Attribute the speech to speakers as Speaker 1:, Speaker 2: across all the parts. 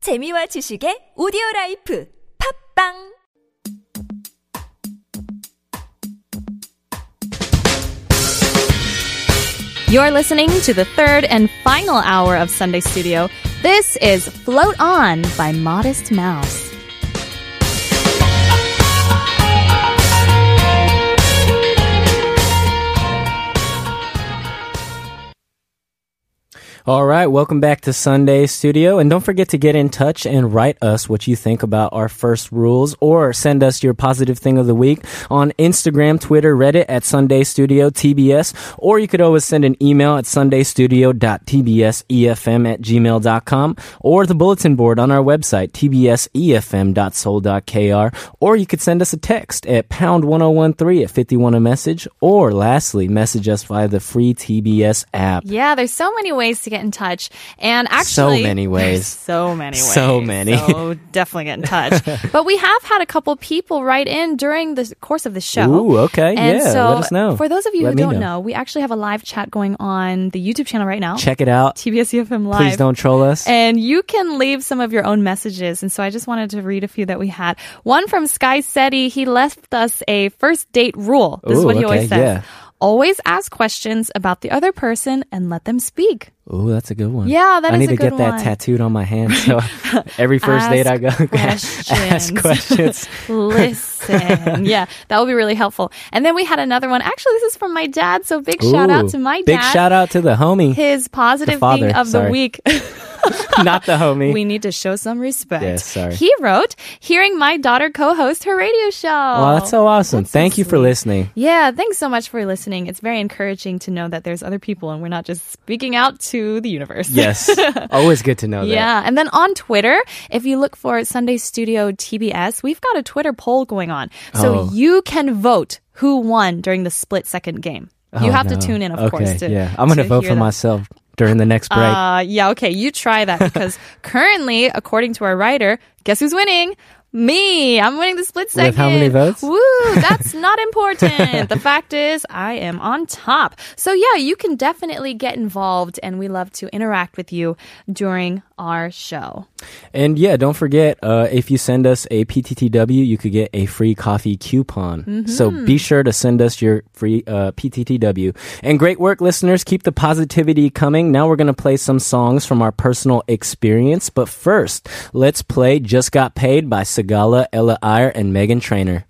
Speaker 1: 재미와 지식의 오디오 라이프 팝빵
Speaker 2: You're listening to the third and final hour of Sunday Studio. This is Float On by Modest Mouse.
Speaker 3: All right, welcome back to Sunday Studio. And don't forget to get in touch and write us what you think about our first rules or send us your positive thing of the week on Instagram, Twitter, Reddit at Sunday Studio TBS. Or you could always send an email at sundaystudio.tbsefm E at gmail.com or the bulletin board on our website, E tbsefm.soul.kr. Or you could send us a text at pound 1013 at 51 a message. Or lastly, message us via the free TBS app.
Speaker 2: Yeah, there's so many ways to get in touch. And actually,
Speaker 3: many ways.
Speaker 2: there's So many ways.
Speaker 3: So many.
Speaker 2: So definitely get in touch. but we have had a couple people write in during the course of the show.
Speaker 3: Ooh, okay.
Speaker 2: And
Speaker 3: Yeah,
Speaker 2: so
Speaker 3: let us know.
Speaker 2: For those of you
Speaker 3: Let
Speaker 2: who
Speaker 3: me
Speaker 2: don't know.
Speaker 3: know.
Speaker 2: we actually have a live chat going on the YouTube channel right now.
Speaker 3: Check it out.
Speaker 2: TBS EFM Live.
Speaker 3: Please don't troll us.
Speaker 2: And you can leave some of your own messages. And so I just wanted to read a few that we had. One from Sky Seti. He left us a first date rule. This is
Speaker 3: Ooh,
Speaker 2: what he always
Speaker 3: okay,
Speaker 2: says.
Speaker 3: yeah.
Speaker 2: Always ask questions about the other person and let them speak.
Speaker 3: Ooh, that's a good one.
Speaker 2: Yeah, that
Speaker 3: I
Speaker 2: is
Speaker 3: need
Speaker 2: a
Speaker 3: to get
Speaker 2: good
Speaker 3: that
Speaker 2: one.
Speaker 3: tattooed on my hand. So every first date I go,
Speaker 2: Ask
Speaker 3: ask
Speaker 2: questions.
Speaker 3: questions.
Speaker 2: Listen. yeah, that would be really helpful. And then we had another one. Actually, this is from my dad. So big shout out
Speaker 3: Ooh,
Speaker 2: to my dad.
Speaker 3: Big shout out to the homie,
Speaker 2: His positive
Speaker 3: father,
Speaker 2: thing of the
Speaker 3: sorry.
Speaker 2: week.
Speaker 3: not the homie.
Speaker 2: We need to show some respect.
Speaker 3: Yes, sorry.
Speaker 2: He wrote, hearing my daughter co host her radio show.
Speaker 3: oh, that's so awesome. Thank you for listening.
Speaker 2: Yeah, thanks so much for listening. It's very encouraging to know that there's other people and we're not just speaking out to the universe.
Speaker 3: Yes. Always good to know that.
Speaker 2: Yeah, and then on Twitter, if you look for Sunday Studio TBS, we've got a Twitter poll going on. So
Speaker 3: Oh.
Speaker 2: you can vote who won during the split second game. You
Speaker 3: Oh,
Speaker 2: have to
Speaker 3: no.
Speaker 2: tune in, of
Speaker 3: okay,
Speaker 2: course. To,
Speaker 3: yeah, I'm gonna
Speaker 2: to
Speaker 3: vote
Speaker 2: hear
Speaker 3: for
Speaker 2: that.
Speaker 3: myself during the next break.
Speaker 2: Uh, yeah, okay, you try that because currently, according to our writer, guess who's winning? Me, I'm winning the split second.
Speaker 3: With how many votes?
Speaker 2: Woo, that's not important. the fact is, I am on top. So yeah, you can definitely get involved, and we love to interact with you during our show.
Speaker 3: And yeah, don't forget uh, if you send us a PTTW, you could get a free coffee coupon.
Speaker 2: Mm-hmm.
Speaker 3: So be sure to send us your free uh, PTTW. And great work, listeners. Keep the positivity coming. Now we're going to play some songs from our personal experience. But first, let's play Just Got Paid by Segala, Ella Eyre, and Megan Trainer.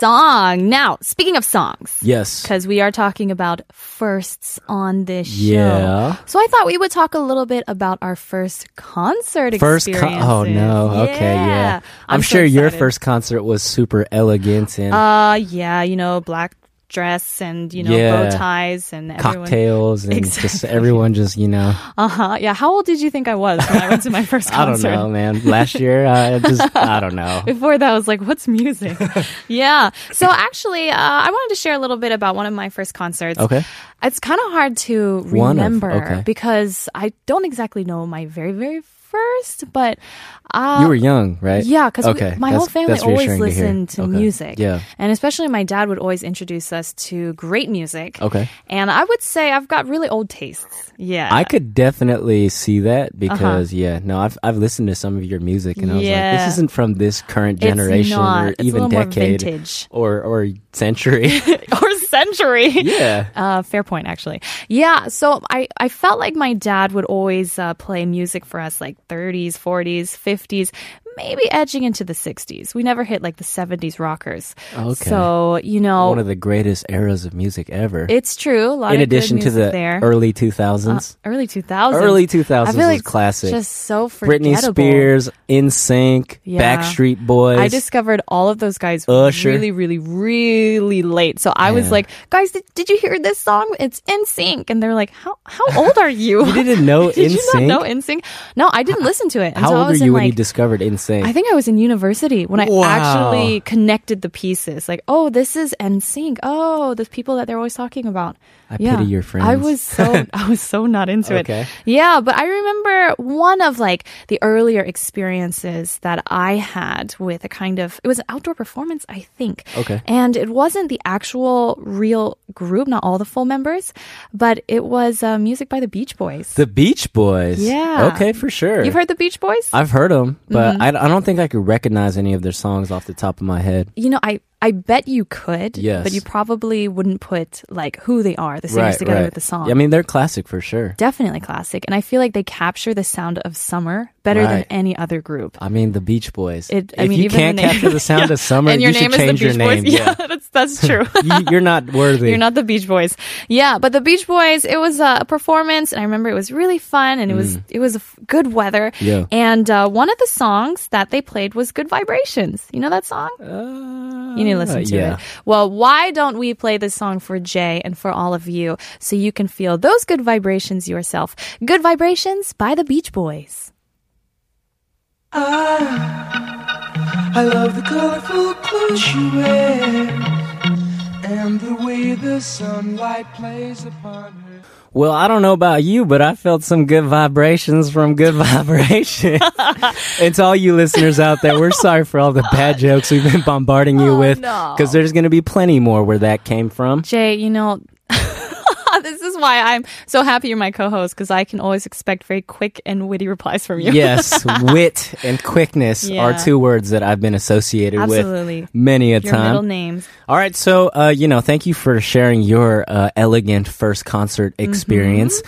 Speaker 2: Song. Now, speaking of songs.
Speaker 3: Yes.
Speaker 2: because we are talking about firsts on this show.
Speaker 3: Yeah.
Speaker 2: So I thought we would talk a little bit about our first concert
Speaker 3: First con-
Speaker 2: experience.
Speaker 3: Oh, no. Okay, yeah. I'm,
Speaker 2: so
Speaker 3: sure your
Speaker 2: excited.
Speaker 3: first concert was super elegant and
Speaker 2: Uh, yeah, you know, black dress and you know bow
Speaker 3: Yeah.
Speaker 2: ties and everyone.
Speaker 3: cocktails and just everyone just, you know.
Speaker 2: Uh huh. Yeah. How old did you think I was when I went to my first
Speaker 3: I don't
Speaker 2: concert?
Speaker 3: know, man. Last year, I just, I don't know.
Speaker 2: Before that, I was like, what's music? yeah. So, actually, uh, I wanted to share a little bit about one of my first concerts.
Speaker 3: Okay.
Speaker 2: It's kind of hard to
Speaker 3: One of-
Speaker 2: remember
Speaker 3: okay.
Speaker 2: because I don't exactly know my very, very first, but. Uh,
Speaker 3: You were young, right?
Speaker 2: yeah, because
Speaker 3: Okay,
Speaker 2: my
Speaker 3: that's-
Speaker 2: whole family
Speaker 3: that's
Speaker 2: always
Speaker 3: reassuring to hear.
Speaker 2: listened to,
Speaker 3: Okay.
Speaker 2: music. Uh,
Speaker 3: Yeah.
Speaker 2: And especially my dad would always introduce us to great music.
Speaker 3: Okay.
Speaker 2: And I would say I've got really old tastes. Yeah.
Speaker 3: I could definitely see
Speaker 2: Uh-huh.
Speaker 3: that because yeah, no, I've I've listened to some of your music and I was like,
Speaker 2: Yeah.
Speaker 3: this isn't from this current
Speaker 2: It's
Speaker 3: generation
Speaker 2: not.
Speaker 3: or
Speaker 2: It's a
Speaker 3: even
Speaker 2: little more
Speaker 3: decade
Speaker 2: vintage.
Speaker 3: or or century.
Speaker 2: or century.
Speaker 3: yeah.
Speaker 2: Uh, fair point, actually. Yeah, so I, I felt like my dad would always uh, play music for us like 30s, 40s, 50s, maybe edging into the 60s. We never hit like the 70s rockers.
Speaker 3: Okay.
Speaker 2: So, you know,
Speaker 3: One of the greatest eras of music ever.
Speaker 2: it's true. Oh. A lot
Speaker 3: In
Speaker 2: of good
Speaker 3: addition to
Speaker 2: music
Speaker 3: the
Speaker 2: there.
Speaker 3: early 2000s.
Speaker 2: early 2000s.
Speaker 3: Early 2000s
Speaker 2: I feel
Speaker 3: was
Speaker 2: like
Speaker 3: classic.
Speaker 2: Just so
Speaker 3: Britney
Speaker 2: Uh, forgettable.
Speaker 3: Spears, In Sync,
Speaker 2: Yeah.
Speaker 3: Backstreet Boys.
Speaker 2: I discovered all of those guys
Speaker 3: Usher.
Speaker 2: really, really, really late. So I was
Speaker 3: Yeah.
Speaker 2: like, guys, did, did you hear this song? It's in sync. And they're like, how, how old are you?
Speaker 3: You didn't know
Speaker 2: did you not
Speaker 3: NSYNC?
Speaker 2: know NSYNC? No, I didn't listen to it.
Speaker 3: How
Speaker 2: until I
Speaker 3: old were
Speaker 2: was
Speaker 3: you
Speaker 2: in
Speaker 3: when you
Speaker 2: like,
Speaker 3: discovered In insane.
Speaker 2: I think I was in university when I
Speaker 3: Wow.
Speaker 2: actually connected the pieces. Like, oh, this is NSYNC. Oh, the people that they're always talking about.
Speaker 3: I pity your friends.
Speaker 2: I was so I was so not into it.
Speaker 3: Okay.
Speaker 2: Yeah, but I remember one of like the earlier experiences that I had with a kind of it was an outdoor performance, I think.
Speaker 3: Okay.
Speaker 2: And it wasn't the actual real group, not all the full members, but it was uh, music by the Beach Boys.
Speaker 3: the Beach Boys.
Speaker 2: Yeah.
Speaker 3: Okay, for sure.
Speaker 2: You've heard Mm-hmm. the Beach Boys?
Speaker 3: I've heard them, but I, I don't think I could recognize any of their songs off the top of my head.
Speaker 2: you know, I I bet you could,
Speaker 3: Yes.
Speaker 2: but you probably wouldn't put like who they are, the singers together with the song.
Speaker 3: I mean, they're classic for sure.
Speaker 2: definitely classic, and I feel like they capture the sound of summer better than
Speaker 3: Right.
Speaker 2: any other group.
Speaker 3: I mean, the Beach Boys.
Speaker 2: It,
Speaker 3: if
Speaker 2: I mean,
Speaker 3: you
Speaker 2: even
Speaker 3: can't
Speaker 2: the name-
Speaker 3: capture the sound
Speaker 2: Yeah.
Speaker 3: of summer,
Speaker 2: and your
Speaker 3: you
Speaker 2: name
Speaker 3: should
Speaker 2: is
Speaker 3: change
Speaker 2: the Beach
Speaker 3: your name.
Speaker 2: Boys. Yeah, that's that's true.
Speaker 3: you, you're not worthy.
Speaker 2: You're not the Beach Boys. Yeah, but the Beach Boys, it was a performance and I remember it was really fun and it was it was f- good weather.
Speaker 3: Mm. Yeah.
Speaker 2: And uh, one of the songs that they played was Good Vibrations. You know that song? you need to listen to
Speaker 3: Uh, yeah.
Speaker 2: it. Well, why don't we play this song for Jay and for all of you so you can feel those good vibrations yourself. Good Vibrations by the Beach Boys.
Speaker 4: I love the colorful clothes you wear and the way the sunlight plays upon her.
Speaker 3: Well, I don't know about you, but I felt some good vibrations from good vibrations. and to all you listeners out there, we're sorry for all the bad jokes we've been bombarding
Speaker 2: Oh,
Speaker 3: you with, because there's going to be plenty more where that came from.
Speaker 2: Jay, you know, this is why I'm so happy you're my co-host because I can always expect very quick and witty replies from you.
Speaker 3: yes, wit and quickness are
Speaker 2: Yeah.
Speaker 3: two words that I've been associated
Speaker 2: Absolutely.
Speaker 3: with many a
Speaker 2: Your
Speaker 3: time.
Speaker 2: middle names.
Speaker 3: All right, so uh, you know, thank you for sharing your uh, elegant first concert
Speaker 2: Mm-hmm.
Speaker 3: experience.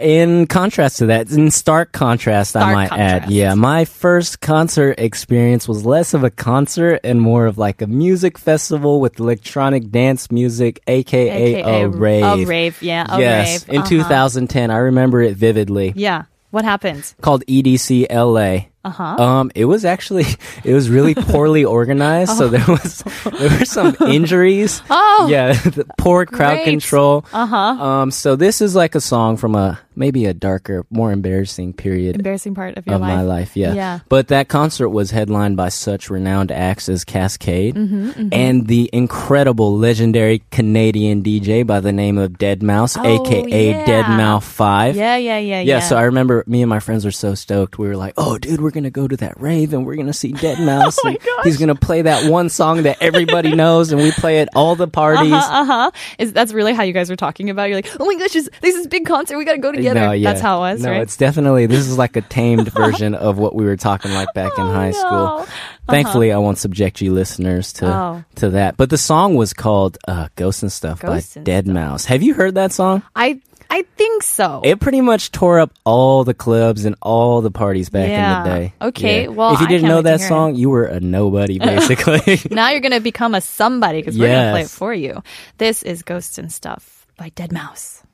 Speaker 3: In contrast to that, in stark contrast, I
Speaker 2: Stark
Speaker 3: might add,
Speaker 2: contrast.
Speaker 3: yeah, my first concert experience was less of a concert and more of like a music festival with electronic dance music, aka, a oh, rave.
Speaker 2: A rave, yeah. A
Speaker 3: yes,
Speaker 2: rave.
Speaker 3: in
Speaker 2: Uh-huh.
Speaker 3: 2010, I remember it vividly.
Speaker 2: Yeah. What happened?
Speaker 3: Called E EDC LA.
Speaker 2: Uh-huh.
Speaker 3: Um, it was actually it was really poorly organized, so there was there were some injuries.
Speaker 2: Oh.
Speaker 3: yeah, the poor
Speaker 2: Great.
Speaker 3: crowd control.
Speaker 2: Uh-huh.
Speaker 3: Um, so this is like a song from a maybe a darker, more embarrassing period
Speaker 2: Embarrassing part of your
Speaker 3: of
Speaker 2: life.
Speaker 3: my life. Yeah.
Speaker 2: Yeah.
Speaker 3: But that concert was headlined by such renowned acts as Cascade
Speaker 2: Mm-hmm,
Speaker 3: and the incredible, legendary Canadian DJ by the name of Dead Mouse,
Speaker 2: Oh,
Speaker 3: aka
Speaker 2: yeah.
Speaker 3: Dead Mouse Five.
Speaker 2: Yeah, yeah, yeah, yeah.
Speaker 3: Yeah, so I remember me and my friends were so stoked. We were like, "Oh, dude, we're gonna go to that rave and we're gonna see Dead Mouse.
Speaker 2: Oh
Speaker 3: and he's gonna play that one song that everybody knows, and we play at all the parties."
Speaker 2: uh-huh. Is that's really how you guys were talking about? You're like, oh my gosh, this, this is big concert. We gotta go together.
Speaker 3: No, yeah.
Speaker 2: That's how it was,
Speaker 3: No,
Speaker 2: right?
Speaker 3: it's definitely this is like a tamed version of what we were talking like back in
Speaker 2: Oh,
Speaker 3: high
Speaker 2: no.
Speaker 3: school. Thankfully, I won't subject you listeners to
Speaker 2: Oh.
Speaker 3: to that. But the song was called uh, "Ghosts and Stuff"
Speaker 2: Ghosts
Speaker 3: by
Speaker 2: and
Speaker 3: Dead Mouse. Have you heard that song?
Speaker 2: I I think so.
Speaker 3: It pretty much tore up all the clubs and all the parties back
Speaker 2: Yeah.
Speaker 3: in the day.
Speaker 2: Okay, well,
Speaker 3: if you
Speaker 2: I
Speaker 3: didn't
Speaker 2: can't
Speaker 3: know
Speaker 2: wait to
Speaker 3: that
Speaker 2: hear it.
Speaker 3: song, you were a nobody basically.
Speaker 2: now you're gonna become a somebody because we're gonna play it
Speaker 3: Yes.
Speaker 2: for you. This is Ghosts and Stuff by Dead Mouse.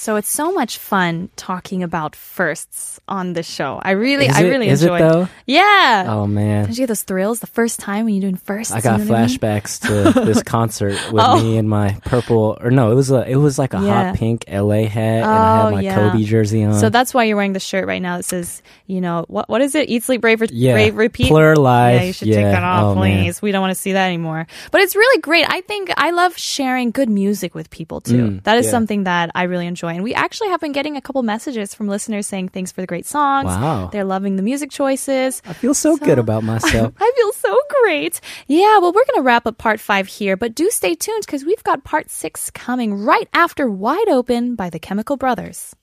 Speaker 2: So it's so much fun talking about firsts on the show. I really,
Speaker 3: Is
Speaker 2: I
Speaker 3: it-
Speaker 2: really
Speaker 3: is it
Speaker 2: enjoy
Speaker 3: though?
Speaker 2: Yeah.
Speaker 3: oh man.
Speaker 2: Don't you get those thrills the first time when you're doing firsts?
Speaker 3: I got
Speaker 2: you know what mean? Oh.
Speaker 3: flashbacks to this concert with me and my purple or no, it was a it was like a
Speaker 2: Yeah.
Speaker 3: hot pink LA hat and I had
Speaker 2: Oh,
Speaker 3: my
Speaker 2: yeah.
Speaker 3: Kobe jersey on.
Speaker 2: So that's why you're wearing the shirt right now that says, you know, what what is it? Eat, sleep, rave, re-
Speaker 3: yeah.
Speaker 2: rave repeat.
Speaker 3: Pluralize.
Speaker 2: Yeah, you should take that off,
Speaker 3: Oh, man.
Speaker 2: please. We don't want to see that anymore. But it's really great. I think I love sharing good music with people too. that is
Speaker 3: Mm, yeah.
Speaker 2: something that I really enjoy. And we actually have been getting a couple messages from listeners saying thanks for the great songs.
Speaker 3: Wow.
Speaker 2: They're loving the music choices.
Speaker 3: I feel so, good about myself.
Speaker 2: I feel so great. Yeah, well, we're going to wrap up part five here, but do stay tuned because we've got part six coming right after Wide Open by the Chemical Brothers.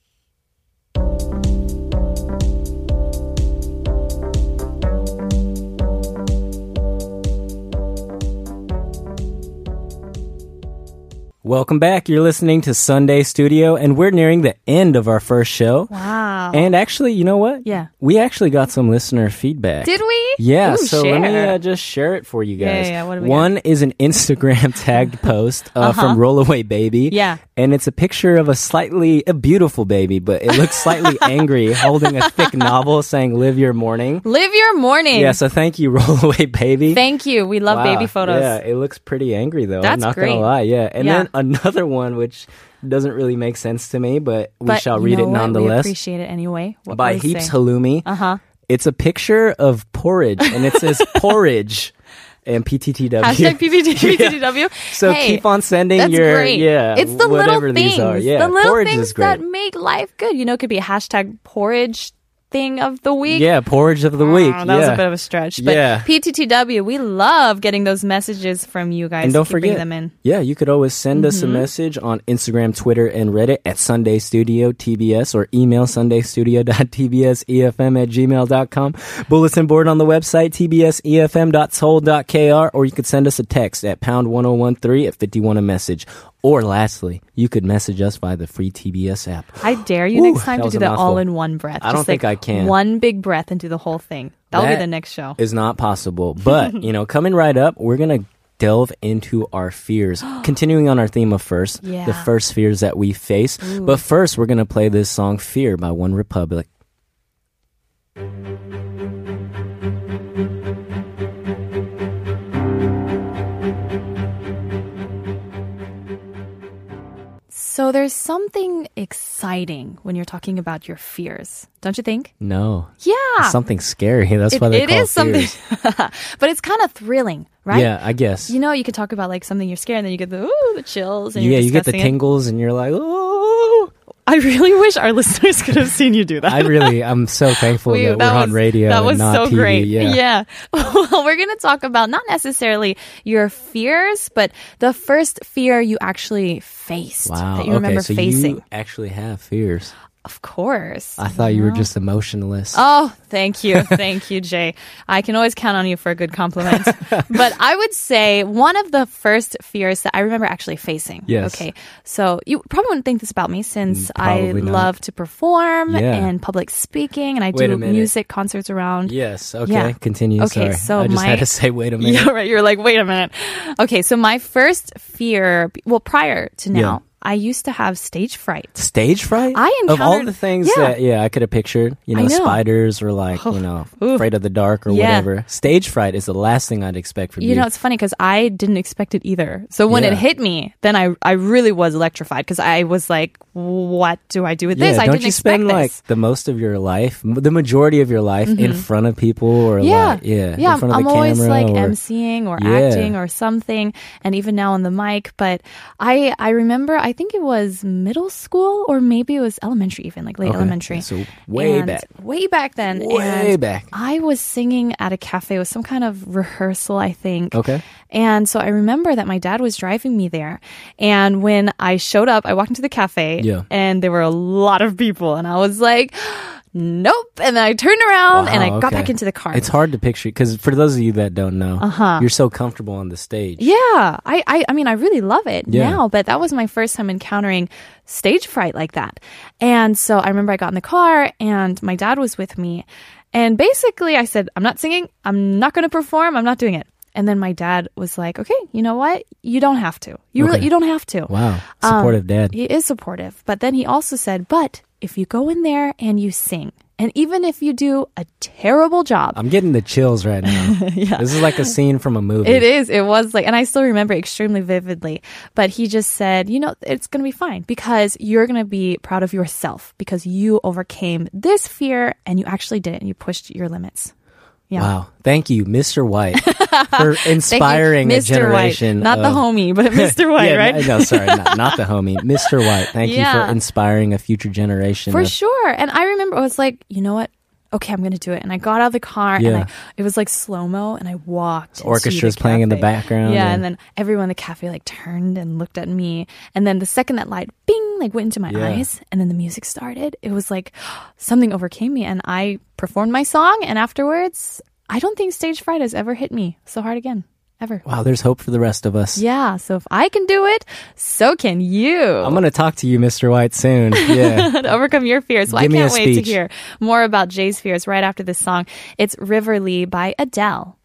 Speaker 3: Welcome back. You're listening to Sunday Studio, and we're nearing the end of our first show.
Speaker 2: Wow.
Speaker 3: And actually, you know what?
Speaker 2: Yeah.
Speaker 3: We actually got some listener feedback.
Speaker 2: Did we?
Speaker 3: Yeah,
Speaker 2: Ooh,
Speaker 3: so let me
Speaker 2: share.
Speaker 3: uh, just share it for you
Speaker 2: Yeah,
Speaker 3: guys.
Speaker 2: yeah, yeah. What do we got? Uh-huh.
Speaker 3: One is an Instagram tagged post uh, from Rollaway Baby.
Speaker 2: Yeah.
Speaker 3: And it's a picture of a slightly, a beautiful baby, but it looks slightly angry, holding a thick novel saying, Live Your Morning.
Speaker 2: Live your morning.
Speaker 3: Yeah, so thank you, Rollaway Baby.
Speaker 2: Thank you. We love
Speaker 3: Wow,
Speaker 2: baby photos.
Speaker 3: Yeah, it looks pretty angry though. I'm
Speaker 2: That's
Speaker 3: not
Speaker 2: great.
Speaker 3: gonna lie. Yeah, and
Speaker 2: Yeah.
Speaker 3: then another one which doesn't really make sense to me, but we
Speaker 2: But
Speaker 3: shall
Speaker 2: you
Speaker 3: read
Speaker 2: know
Speaker 3: it
Speaker 2: what?
Speaker 3: nonetheless.
Speaker 2: We appreciate it anyway. What
Speaker 3: by
Speaker 2: we
Speaker 3: Heaps
Speaker 2: say. Uh-huh.
Speaker 3: Halloumi. Uh huh. It's a picture of porridge, and it says porridge, and PTTW.
Speaker 2: Hashtag PPTPTW.
Speaker 3: So
Speaker 2: hey,
Speaker 3: keep on sending
Speaker 2: That's
Speaker 3: your
Speaker 2: great.
Speaker 3: yeah.
Speaker 2: it's the
Speaker 3: whatever
Speaker 2: little things.
Speaker 3: These are. Yeah,
Speaker 2: the little
Speaker 3: porridge
Speaker 2: things
Speaker 3: is great.
Speaker 2: that make life good. You know, it could be hashtag porridge thing of the week.
Speaker 3: yeah, porridge of the week.
Speaker 2: Oh, that was
Speaker 3: yeah.
Speaker 2: a bit of a stretch. But
Speaker 3: Yeah.
Speaker 2: PTTW, we love getting those messages from you guys.
Speaker 3: and don't
Speaker 2: Keep bringing
Speaker 3: forget
Speaker 2: them in. Mm-hmm.
Speaker 3: Yeah, you could always send us a message on Instagram, Twitter, and Reddit at Sunday Studio TBS or email sundaystudio.tbsefm E at gmail.com. Bulletin board on the website, E tbsefm.soul.kr, or you could send us a text at pound 1013 if 51 a message. Or lastly, you could message us by the free TBS app.
Speaker 2: I dare you
Speaker 3: Ooh,
Speaker 2: next time
Speaker 3: that
Speaker 2: to
Speaker 3: was
Speaker 2: do
Speaker 3: a
Speaker 2: that all
Speaker 3: mouthful.
Speaker 2: in one breath.
Speaker 3: I don't
Speaker 2: Just like
Speaker 3: think I can.
Speaker 2: One big breath and do the whole thing. That'll be
Speaker 3: That
Speaker 2: the next show.
Speaker 3: Is not possible. But, you know, coming right up, we're going to delve into our fears. Continuing on our theme of first,
Speaker 2: Yeah.
Speaker 3: the first fears that we face. But first, we're going to play this song, Fear, by One Republic.
Speaker 2: So there's something exciting when you're talking about your fears, don't you think?
Speaker 3: No.
Speaker 2: Yeah.
Speaker 3: It's something scary. That's
Speaker 2: Ah. It-
Speaker 3: why they
Speaker 2: it
Speaker 3: call
Speaker 2: is something,
Speaker 3: fears.
Speaker 2: but it's kind of thrilling, right?
Speaker 3: Yeah, I guess.
Speaker 2: You know, you could talk about like something you're scared, and then you get the ooh, the chills, and
Speaker 3: yeah,
Speaker 2: you're
Speaker 3: you get the
Speaker 2: discussing it.
Speaker 3: tingles and you're like, oh.
Speaker 2: I really wish our listeners could have seen you do that.
Speaker 3: I really, I'm so thankful
Speaker 2: We-
Speaker 3: that, we're on radio.
Speaker 2: That
Speaker 3: and
Speaker 2: was
Speaker 3: not
Speaker 2: so
Speaker 3: TV.
Speaker 2: great.
Speaker 3: Yeah.
Speaker 2: well, we're going to talk about not necessarily your fears, but the first fear you actually faced
Speaker 3: Wow.
Speaker 2: that you
Speaker 3: okay,
Speaker 2: remember
Speaker 3: so
Speaker 2: facing.
Speaker 3: you actually have fears.
Speaker 2: Of course.
Speaker 3: I thought you were just emotionless.
Speaker 2: Oh, thank you. Thank you, Jay. I can always count on you for a good compliment. but I would say one of the first fears that I remember actually facing.
Speaker 3: Yes. Mm,
Speaker 2: Okay. So you probably wouldn't think this about me since I
Speaker 3: probably not.
Speaker 2: love to perform
Speaker 3: Yeah.
Speaker 2: and public speaking and I
Speaker 3: Wait a
Speaker 2: do
Speaker 3: minute.
Speaker 2: music concerts around.
Speaker 3: Yes. Okay.
Speaker 2: Yeah.
Speaker 3: Continue.
Speaker 2: Okay,
Speaker 3: Sorry.
Speaker 2: so
Speaker 3: I just
Speaker 2: my-
Speaker 3: had to say, wait a minute.
Speaker 2: Yeah, right. You're like, wait a minute. Okay, so my first fear, well, prior to now, I used to have stage fright.
Speaker 3: Stage fright.
Speaker 2: I
Speaker 3: of all
Speaker 2: encountered-
Speaker 3: the things
Speaker 2: yeah.
Speaker 3: that yeah I could have pictured. You know,
Speaker 2: I know. Oh,
Speaker 3: spiders or like you know afraid of the dark or
Speaker 2: Yeah.
Speaker 3: whatever. Stage fright is the last thing I'd expect from you.
Speaker 2: You know, it's funny because I didn't expect it either. So when it
Speaker 3: Yeah.
Speaker 2: hit me, then I, I really was electrified because I was like, what do I do with
Speaker 3: yeah,
Speaker 2: this? I
Speaker 3: don't
Speaker 2: didn't
Speaker 3: you
Speaker 2: expect
Speaker 3: spend
Speaker 2: this. Mm-hmm.
Speaker 3: like the most of your life, m- the majority of your life, in front of people or
Speaker 2: yeah,
Speaker 3: like, yeah,
Speaker 2: yeah.
Speaker 3: in front
Speaker 2: I'm
Speaker 3: of the
Speaker 2: always
Speaker 3: camera
Speaker 2: like
Speaker 3: or,
Speaker 2: emceeing or
Speaker 3: Yeah.
Speaker 2: acting or something, and even now on the mic. But I, I remember, I think it was middle school or maybe it was elementary, even like late
Speaker 3: Okay,
Speaker 2: elementary.
Speaker 3: so way
Speaker 2: And
Speaker 3: back.
Speaker 2: way back then,
Speaker 3: Way
Speaker 2: and
Speaker 3: back.
Speaker 2: I was singing at a cafe with some kind of rehearsal, I think.
Speaker 3: Okay.
Speaker 2: And so I remember that my dad was driving me there. And when I showed up, I walked into the cafe
Speaker 3: Yeah.
Speaker 2: and there were a lot of people. And I was like, nope. And then I turned around and I
Speaker 3: Wow,
Speaker 2: got
Speaker 3: okay.
Speaker 2: back into the car.
Speaker 3: It's hard to picture because for those of you that don't know, uh-huh. you're so comfortable on the stage.
Speaker 2: Yeah, I, I, I mean, I really love it
Speaker 3: Yeah.
Speaker 2: now, but that was my first time encountering stage fright like that. And so I remember I got in the car and my dad was with me. And basically, I said, I'm not singing, I'm not going to perform, I'm not doing it. And then my dad was like, okay, you know what? You don't have to. You really,
Speaker 3: Okay.
Speaker 2: you don't have to.
Speaker 3: Wow,
Speaker 2: Um,
Speaker 3: supportive dad.
Speaker 2: He is supportive. But then he also said, but if you go in there and you sing, and even if you do a terrible job,
Speaker 3: I'm getting the chills right now. This is like a scene from a movie.
Speaker 2: It is. It was like, and I still remember extremely vividly. But he just said, you know, it's going to be fine because you're going to be proud of yourself because you overcame this fear and you actually did it and you pushed your limits. Yeah.
Speaker 3: Wow. Thank you, Mr. White, for inspiring
Speaker 2: Thank
Speaker 3: a
Speaker 2: you, Mr.
Speaker 3: generation.
Speaker 2: White. Not the
Speaker 3: of-
Speaker 2: homie, but Mr. White,
Speaker 3: yeah,
Speaker 2: right?
Speaker 3: No, sorry, not, not the homie. Mr. White, thank you
Speaker 2: Yeah.
Speaker 3: for inspiring a future generation.
Speaker 2: For
Speaker 3: of-
Speaker 2: sure. And I remember I was like, you know what? Okay, I'm gonna do it. And I got out of the car and I,
Speaker 3: Yeah.
Speaker 2: it was like slow mo and I walked. into
Speaker 3: Orchestra's
Speaker 2: the
Speaker 3: playing in the
Speaker 2: cafe.
Speaker 3: background
Speaker 2: Yeah,
Speaker 3: and-
Speaker 2: and, then everyone in the cafe like turned and looked at me. And then the second that light bing like went into my
Speaker 3: Yeah.
Speaker 2: eyes and then the music started, it was like something overcame me and I performed my song and afterwards I don't think stage fright has ever hit me so hard again. ever.
Speaker 3: Wow, there's hope for the rest of us.
Speaker 2: Yeah, so if I can do it, so can you.
Speaker 3: I'm going to talk to you, Mr. White, soon. Yeah.
Speaker 2: to overcome your fears. Well, I
Speaker 3: Give me a
Speaker 2: can't wait to
Speaker 3: speech.
Speaker 2: hear more about Jay's fears right after this song. It's River Lee by Adele.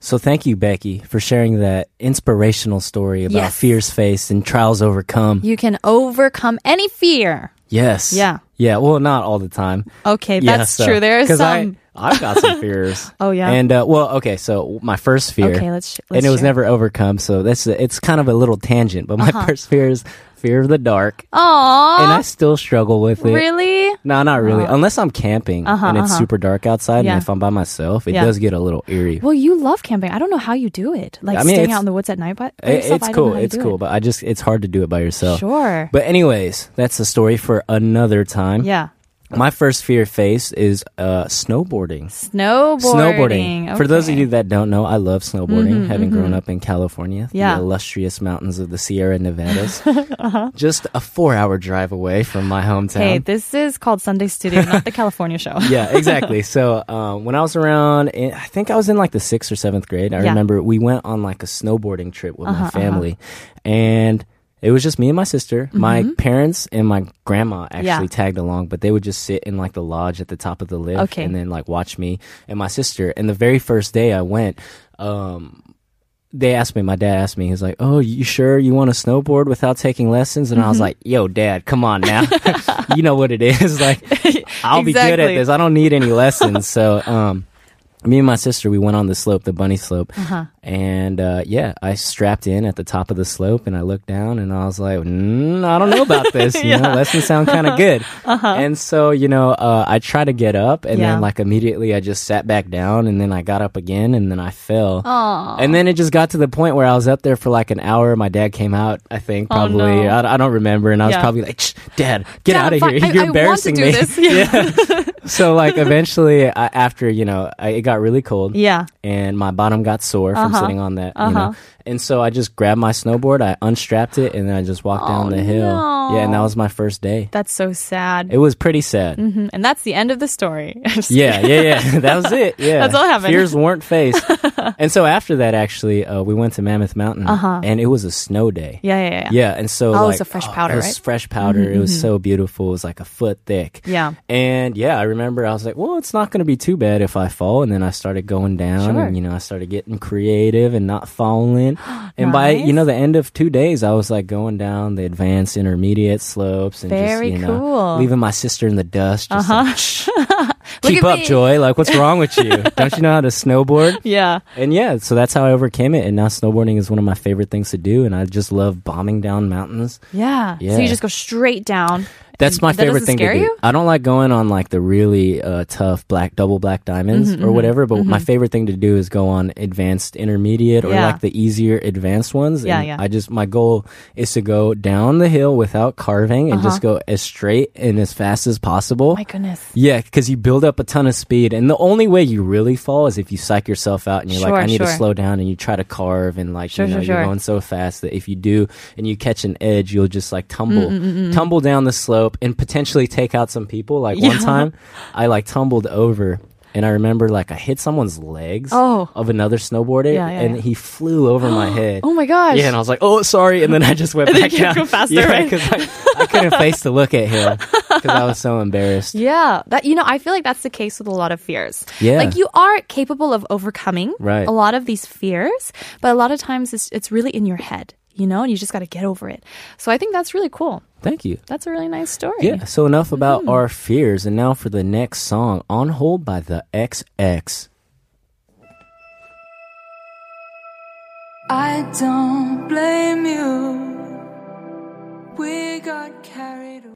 Speaker 3: So thank you, Becky, for sharing that inspirational story about
Speaker 2: Yes.
Speaker 3: fears faced and trials overcome.
Speaker 2: You can overcome any fear.
Speaker 3: yes.
Speaker 2: Yeah.
Speaker 3: Yeah. Well, not all the time.
Speaker 2: Okay,
Speaker 3: Yeah,
Speaker 2: that's
Speaker 3: so-
Speaker 2: true. There is
Speaker 3: 'cause
Speaker 2: some.
Speaker 3: I, I've got some fears.
Speaker 2: Oh, yeah?
Speaker 3: And uh, well, okay. So my first fear.
Speaker 2: Okay, let's sh-
Speaker 3: and
Speaker 2: let's
Speaker 3: it was
Speaker 2: share. Uh-huh.
Speaker 3: never overcome. So that's it's kind of a little tangent. But my first fear is fear of the dark, and I
Speaker 2: Aww,
Speaker 3: still struggle with it.
Speaker 2: Oh, really? Oh. Uh-huh,
Speaker 3: No, not really. Unless I'm camping and it's super dark outside,
Speaker 2: Yeah.
Speaker 3: and if I'm by myself, it
Speaker 2: Yeah.
Speaker 3: does get a little eerie.
Speaker 2: Well, you love camping. I don't know how you do it. Like
Speaker 3: I mean,
Speaker 2: staying
Speaker 3: it's-
Speaker 2: out in the woods at night, but by yourself, I
Speaker 3: It- it's
Speaker 2: don't know
Speaker 3: cool.
Speaker 2: how you
Speaker 3: It's
Speaker 2: do
Speaker 3: cool,
Speaker 2: it.
Speaker 3: but I just it's hard to do it by yourself.
Speaker 2: Sure.
Speaker 3: But anyways, that's the story for another time.
Speaker 2: yeah.
Speaker 3: My first fear face is uh, snowboarding.
Speaker 2: Snowboarding.
Speaker 3: Snowboarding. For those of
Speaker 2: Okay. Mm-hmm,
Speaker 3: you that don't know, I love snowboarding, having grown up in California,
Speaker 2: Yeah.
Speaker 3: the illustrious mountains of the Sierra Nevadas. Just a four hour drive away from my hometown.
Speaker 2: Hey, this is called Sunday Studio, not the California show.
Speaker 3: yeah, exactly. So um, when I was around, in, I think I was in like the sixth or seventh grade. I
Speaker 2: Yeah. Uh-huh,
Speaker 3: remember we went on like a snowboarding trip with my family, and it was just me and my sister. My parents and my grandma actually
Speaker 2: Mm-hmm. Yeah.
Speaker 3: tagged along, but they would just sit in like the lodge at the top of the lift,
Speaker 2: Okay.
Speaker 3: and then like watch me and my sister. And the very first day I went. Um, they asked me, my dad asked me, he's like, Oh, you sure you want to snowboard without taking lessons? And I
Speaker 2: Mm-hmm.
Speaker 3: was like, Yo, dad, come on now. you know what it is. like, I'll be good at
Speaker 2: Exactly.
Speaker 3: this. I don't need any lessons. so, um, me and my sister, we went on the slope, the bunny slope.
Speaker 2: Uh-huh.
Speaker 3: And uh, yeah, I strapped in at the top of the slope and I looked down and I was like, mm, I don't know about this. You know, lessons sound kind of good. And so, you know, uh, I tried to get up
Speaker 2: Uh-huh.
Speaker 3: and
Speaker 2: Yeah.
Speaker 3: then, like, immediately I just sat back down and then I got up again and then I fell.
Speaker 2: Uh-huh.
Speaker 3: And then it just got to the point where I was up there for like an hour. My dad came out, I think, probably.
Speaker 2: Oh, no.
Speaker 3: I, I don't remember. And I was
Speaker 2: Yeah.
Speaker 3: probably like, "Shh, Dad, get
Speaker 2: Dad,
Speaker 3: out of
Speaker 2: I'm
Speaker 3: here.
Speaker 2: fine. I-
Speaker 3: You're
Speaker 2: I want to
Speaker 3: embarrassing
Speaker 2: do
Speaker 3: me.
Speaker 2: this.
Speaker 3: Yeah. so, like, eventually, I, after, you know, I, it got really cold.
Speaker 2: Yeah. Uh-huh.
Speaker 3: And my bottom got sore from sitting on that, you know. And so I just grabbed my snowboard, I unstrapped it, and then I just walked down
Speaker 2: Oh,
Speaker 3: the hill. Yeah, and that was my first day.
Speaker 2: That's so sad.
Speaker 3: It was pretty sad.
Speaker 2: Mhm. And that's the end of the story. I'm just
Speaker 3: Yeah, yeah, yeah. That was it. Yeah,
Speaker 2: That's all that happened.
Speaker 3: Fears weren't faced, and so after that, actually, uh, we went to Mammoth Mountain,
Speaker 2: Uh-huh.
Speaker 3: and it was a snow day.
Speaker 2: Yeah, yeah, yeah.
Speaker 3: Yeah, and
Speaker 2: Oh, it
Speaker 3: so like,
Speaker 2: was a fresh powder,
Speaker 3: it was
Speaker 2: right? Mm-hmm.
Speaker 3: fresh powder. It was so beautiful. It was like a foot thick.
Speaker 2: Yeah.
Speaker 3: and yeah, I remember I was like, well, it's not going to be too bad if I fall. And then I started going down,
Speaker 2: Sure.
Speaker 3: and you know, I started getting creative and not falling. And by
Speaker 2: Nice.
Speaker 3: you know the end of two days, I was like going down the advanced, intermediate slopes, and
Speaker 2: Very
Speaker 3: just you know,
Speaker 2: cool. Uh-huh.
Speaker 3: leaving my sister in the dust. Just like, "Shh,
Speaker 2: Look
Speaker 3: keep
Speaker 2: at
Speaker 3: up,
Speaker 2: me.
Speaker 3: Joy. Like, what's wrong with you? Don't you know how to snowboard?
Speaker 2: Yeah.
Speaker 3: And yeah, so that's how I overcame it. And now snowboarding is one of my favorite things to do. And I just love bombing down mountains.
Speaker 2: Yeah. So you
Speaker 3: Yeah.
Speaker 2: just go straight down.
Speaker 3: That's my
Speaker 2: That
Speaker 3: favorite
Speaker 2: doesn't
Speaker 3: thing
Speaker 2: scare
Speaker 3: to do.
Speaker 2: you?
Speaker 3: I don't like going on like the really uh, tough black double black diamonds
Speaker 2: Mm-hmm,
Speaker 3: or whatever. But my favorite thing to do is go on advanced intermediate or
Speaker 2: Yeah.
Speaker 3: like the easier advanced ones.
Speaker 2: Yeah,
Speaker 3: and
Speaker 2: yeah.
Speaker 3: I just my goal is to go down the hill without carving and just go as straight and as fast as possible.
Speaker 2: Uh-huh. Oh My goodness.
Speaker 3: Yeah, because you build up a ton of speed, and the only way you really fall is if you psych yourself out and you're
Speaker 2: Sure,
Speaker 3: like, "I need
Speaker 2: sure.
Speaker 3: to slow down," and you try to carve, and like
Speaker 2: Sure,
Speaker 3: you know,
Speaker 2: sure, sure.
Speaker 3: you're going so fast that if you do and you catch an edge, you'll just like tumble,
Speaker 2: Mm,
Speaker 3: tumble down the slope, and potentially take out some people. Like one time, I like tumbled over. And I remember, like, I hit someone's legs
Speaker 2: Oh.
Speaker 3: of another snowboarder,
Speaker 2: Yeah, yeah,
Speaker 3: and
Speaker 2: yeah.
Speaker 3: he flew over my head.
Speaker 2: Oh my gosh.
Speaker 3: Yeah, and I was like, "Oh, sorry," and then I just went
Speaker 2: And then
Speaker 3: back
Speaker 2: you
Speaker 3: down.
Speaker 2: go faster,
Speaker 3: yeah,
Speaker 2: right?
Speaker 3: 'cause I, I couldn't face to look at him because I was so embarrassed.
Speaker 2: Yeah, that you know, I feel like that's the case with a lot of fears.
Speaker 3: Yeah.
Speaker 2: like you are capable of overcoming
Speaker 3: Right.
Speaker 2: a lot of these fears, but a lot of times it's it's really in your head, you know, and you just got to get over it. So I think that's really cool.
Speaker 3: Thank you.
Speaker 2: That's a really nice story.
Speaker 3: Yeah. So enough about
Speaker 2: Mm-hmm.
Speaker 3: our fears, and now for the next song, "On Hold" by the XX.
Speaker 4: I don't blame you. We got carried away.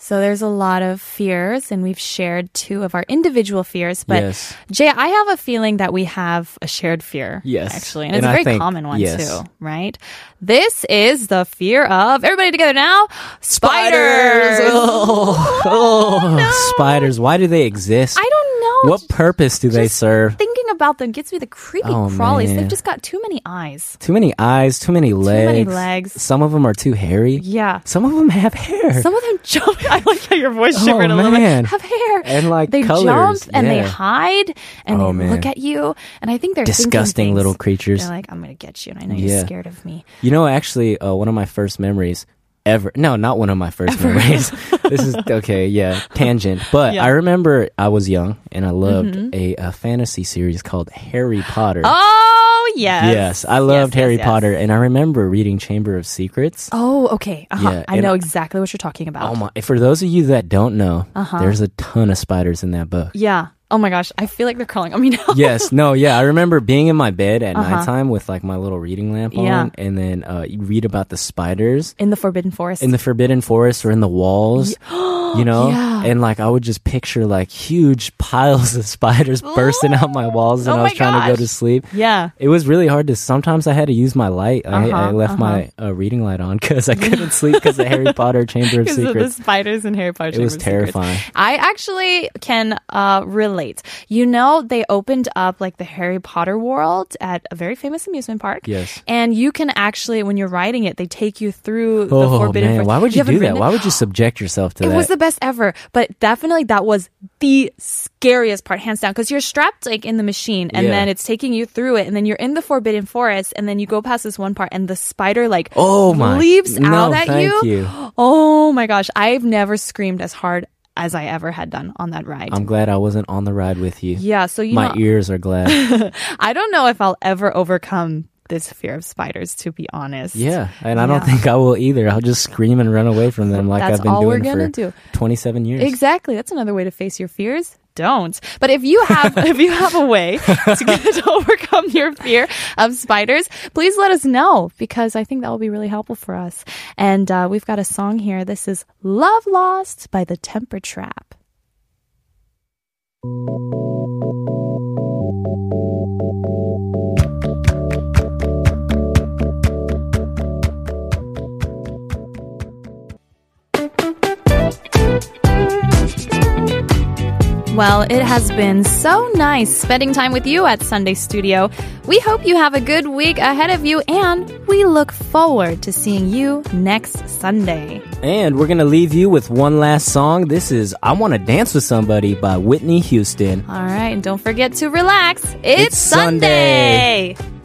Speaker 2: So there's a lot of fears, and we've shared two of our individual fears. But
Speaker 3: Yes.
Speaker 2: Jay, I have a feeling that we have a shared fear.
Speaker 3: Yes.
Speaker 2: actually, and,
Speaker 3: And
Speaker 2: it's a
Speaker 3: I
Speaker 2: very
Speaker 3: think-
Speaker 2: common one
Speaker 3: yes.
Speaker 2: too, right? This is the fear of everybody together now. Spiders. Oh,
Speaker 3: Oh, spiders! Why do they exist?
Speaker 2: I don't know.
Speaker 3: What purpose do they
Speaker 2: just
Speaker 3: serve?
Speaker 2: Thinking about them gets me the creepy
Speaker 3: Oh,
Speaker 2: crawlies.
Speaker 3: man.
Speaker 2: They've just got too many eyes.
Speaker 3: Too many eyes, too many legs.
Speaker 2: many legs.
Speaker 3: Some of them are too hairy.
Speaker 2: Yeah.
Speaker 3: Some of them have hair.
Speaker 2: Some of them jump. I like how your voice shivered
Speaker 3: Oh,
Speaker 2: a little
Speaker 3: man.
Speaker 2: bit. Have hair
Speaker 3: And, like,
Speaker 2: they
Speaker 3: colours,
Speaker 2: jump and they
Speaker 3: yeah.
Speaker 2: hide and
Speaker 3: Oh,
Speaker 2: they
Speaker 3: man.
Speaker 2: look at you. And I think they're thinking
Speaker 3: Disgusting
Speaker 2: things.
Speaker 3: little creatures.
Speaker 2: They're like, I'm gonna get you, and I know
Speaker 3: Yeah.
Speaker 2: you're scared of me.
Speaker 3: You know, actually, uh, one of my first memories ever. No, not one of my first memories. this is okay. Yeah, tangent. But
Speaker 2: Yeah. Mm-hmm.
Speaker 3: I remember I was young and I loved a, a fantasy series called Harry Potter.
Speaker 2: Oh yes,
Speaker 3: yes, I loved
Speaker 2: yes,
Speaker 3: Harry
Speaker 2: yes.
Speaker 3: Potter, and I remember reading Chamber of Secrets.
Speaker 2: Oh okay, uh-huh.
Speaker 3: Yeah,
Speaker 2: I
Speaker 3: and-
Speaker 2: know exactly what you're talking about.
Speaker 3: Oh my! For those of you that don't know,
Speaker 2: Uh-huh.
Speaker 3: there's a ton of spiders in that book.
Speaker 2: Yeah. Oh my gosh, I feel like they're calling on me now.
Speaker 3: yes, no, yeah. I remember being in my bed at nighttime with like my little reading lamp on,
Speaker 2: Uh-huh. Yeah.
Speaker 3: and then uh, you read about the spiders
Speaker 2: In the Forbidden Forest.
Speaker 3: in the forbidden forest or in the walls, you know.
Speaker 2: Yeah.
Speaker 3: And like I would just picture like huge piles of spiders bursting out my walls, and
Speaker 2: Oh
Speaker 3: I was
Speaker 2: my
Speaker 3: trying to go
Speaker 2: gosh.
Speaker 3: to sleep.
Speaker 2: yeah.
Speaker 3: It was really hard to. Sometimes I had to use my light.
Speaker 2: Uh-huh,
Speaker 3: I, I left my uh, reading light on because I couldn't sleep because of Harry Potter Chamber of
Speaker 2: Because of the
Speaker 3: Secrets.
Speaker 2: spiders in Harry Potter.
Speaker 3: It was
Speaker 2: Chamber of Secrets.
Speaker 3: terrifying.
Speaker 2: I actually can uh, relate. You know, they opened up like the Harry Potter world at a very famous amusement park.
Speaker 3: Yes.
Speaker 2: And you can actually, when you're riding it, they take you through the
Speaker 3: Oh
Speaker 2: Forbidden
Speaker 3: man,
Speaker 2: Forest.
Speaker 3: why would you,
Speaker 2: haven't
Speaker 3: do that?
Speaker 2: ridden it?
Speaker 3: Why would you subject yourself to
Speaker 2: It
Speaker 3: that?
Speaker 2: was the best ever, but definitely that was the scariest part, hands down, because you're strapped like in the machine, and
Speaker 3: Yeah.
Speaker 2: then it's taking you through it, and then you're in the forbidden forest, and then you go past this one part, and the spider like
Speaker 3: Oh my!
Speaker 2: leaps
Speaker 3: no,
Speaker 2: out at
Speaker 3: thank you.
Speaker 2: Oh my gosh, I've never screamed as hard as I ever had done on that ride.
Speaker 3: I'm glad I wasn't on the ride with you.
Speaker 2: yeah, so you
Speaker 3: my
Speaker 2: know,
Speaker 3: ears are glad.
Speaker 2: I don't know if I'll ever overcome this fear of spiders. To be honest,
Speaker 3: Yeah, and I don't
Speaker 2: Yeah.
Speaker 3: think I will either. I'll just scream and run away from them like
Speaker 2: That's
Speaker 3: I've been
Speaker 2: all we're
Speaker 3: doing for
Speaker 2: gonna do.
Speaker 3: 27 years.
Speaker 2: Exactly. That's another way to face your fears. Don't. But if you have if you have a way to, get, to overcome your fear of spiders, please let us know because I think that will be really helpful for us. And uh, we've got a song here. This is "Love Lost" by the Temper Trap. Well, it has been so nice spending time with you at Sunday Studio. We hope you have a good week ahead of you, and we look forward to seeing you next Sunday.
Speaker 3: And we're going to leave you with one last song. This is I Want to Dance with Somebody by Whitney Houston.
Speaker 2: All right, and don't forget to relax. It's,
Speaker 3: It's Sunday.
Speaker 2: Sunday.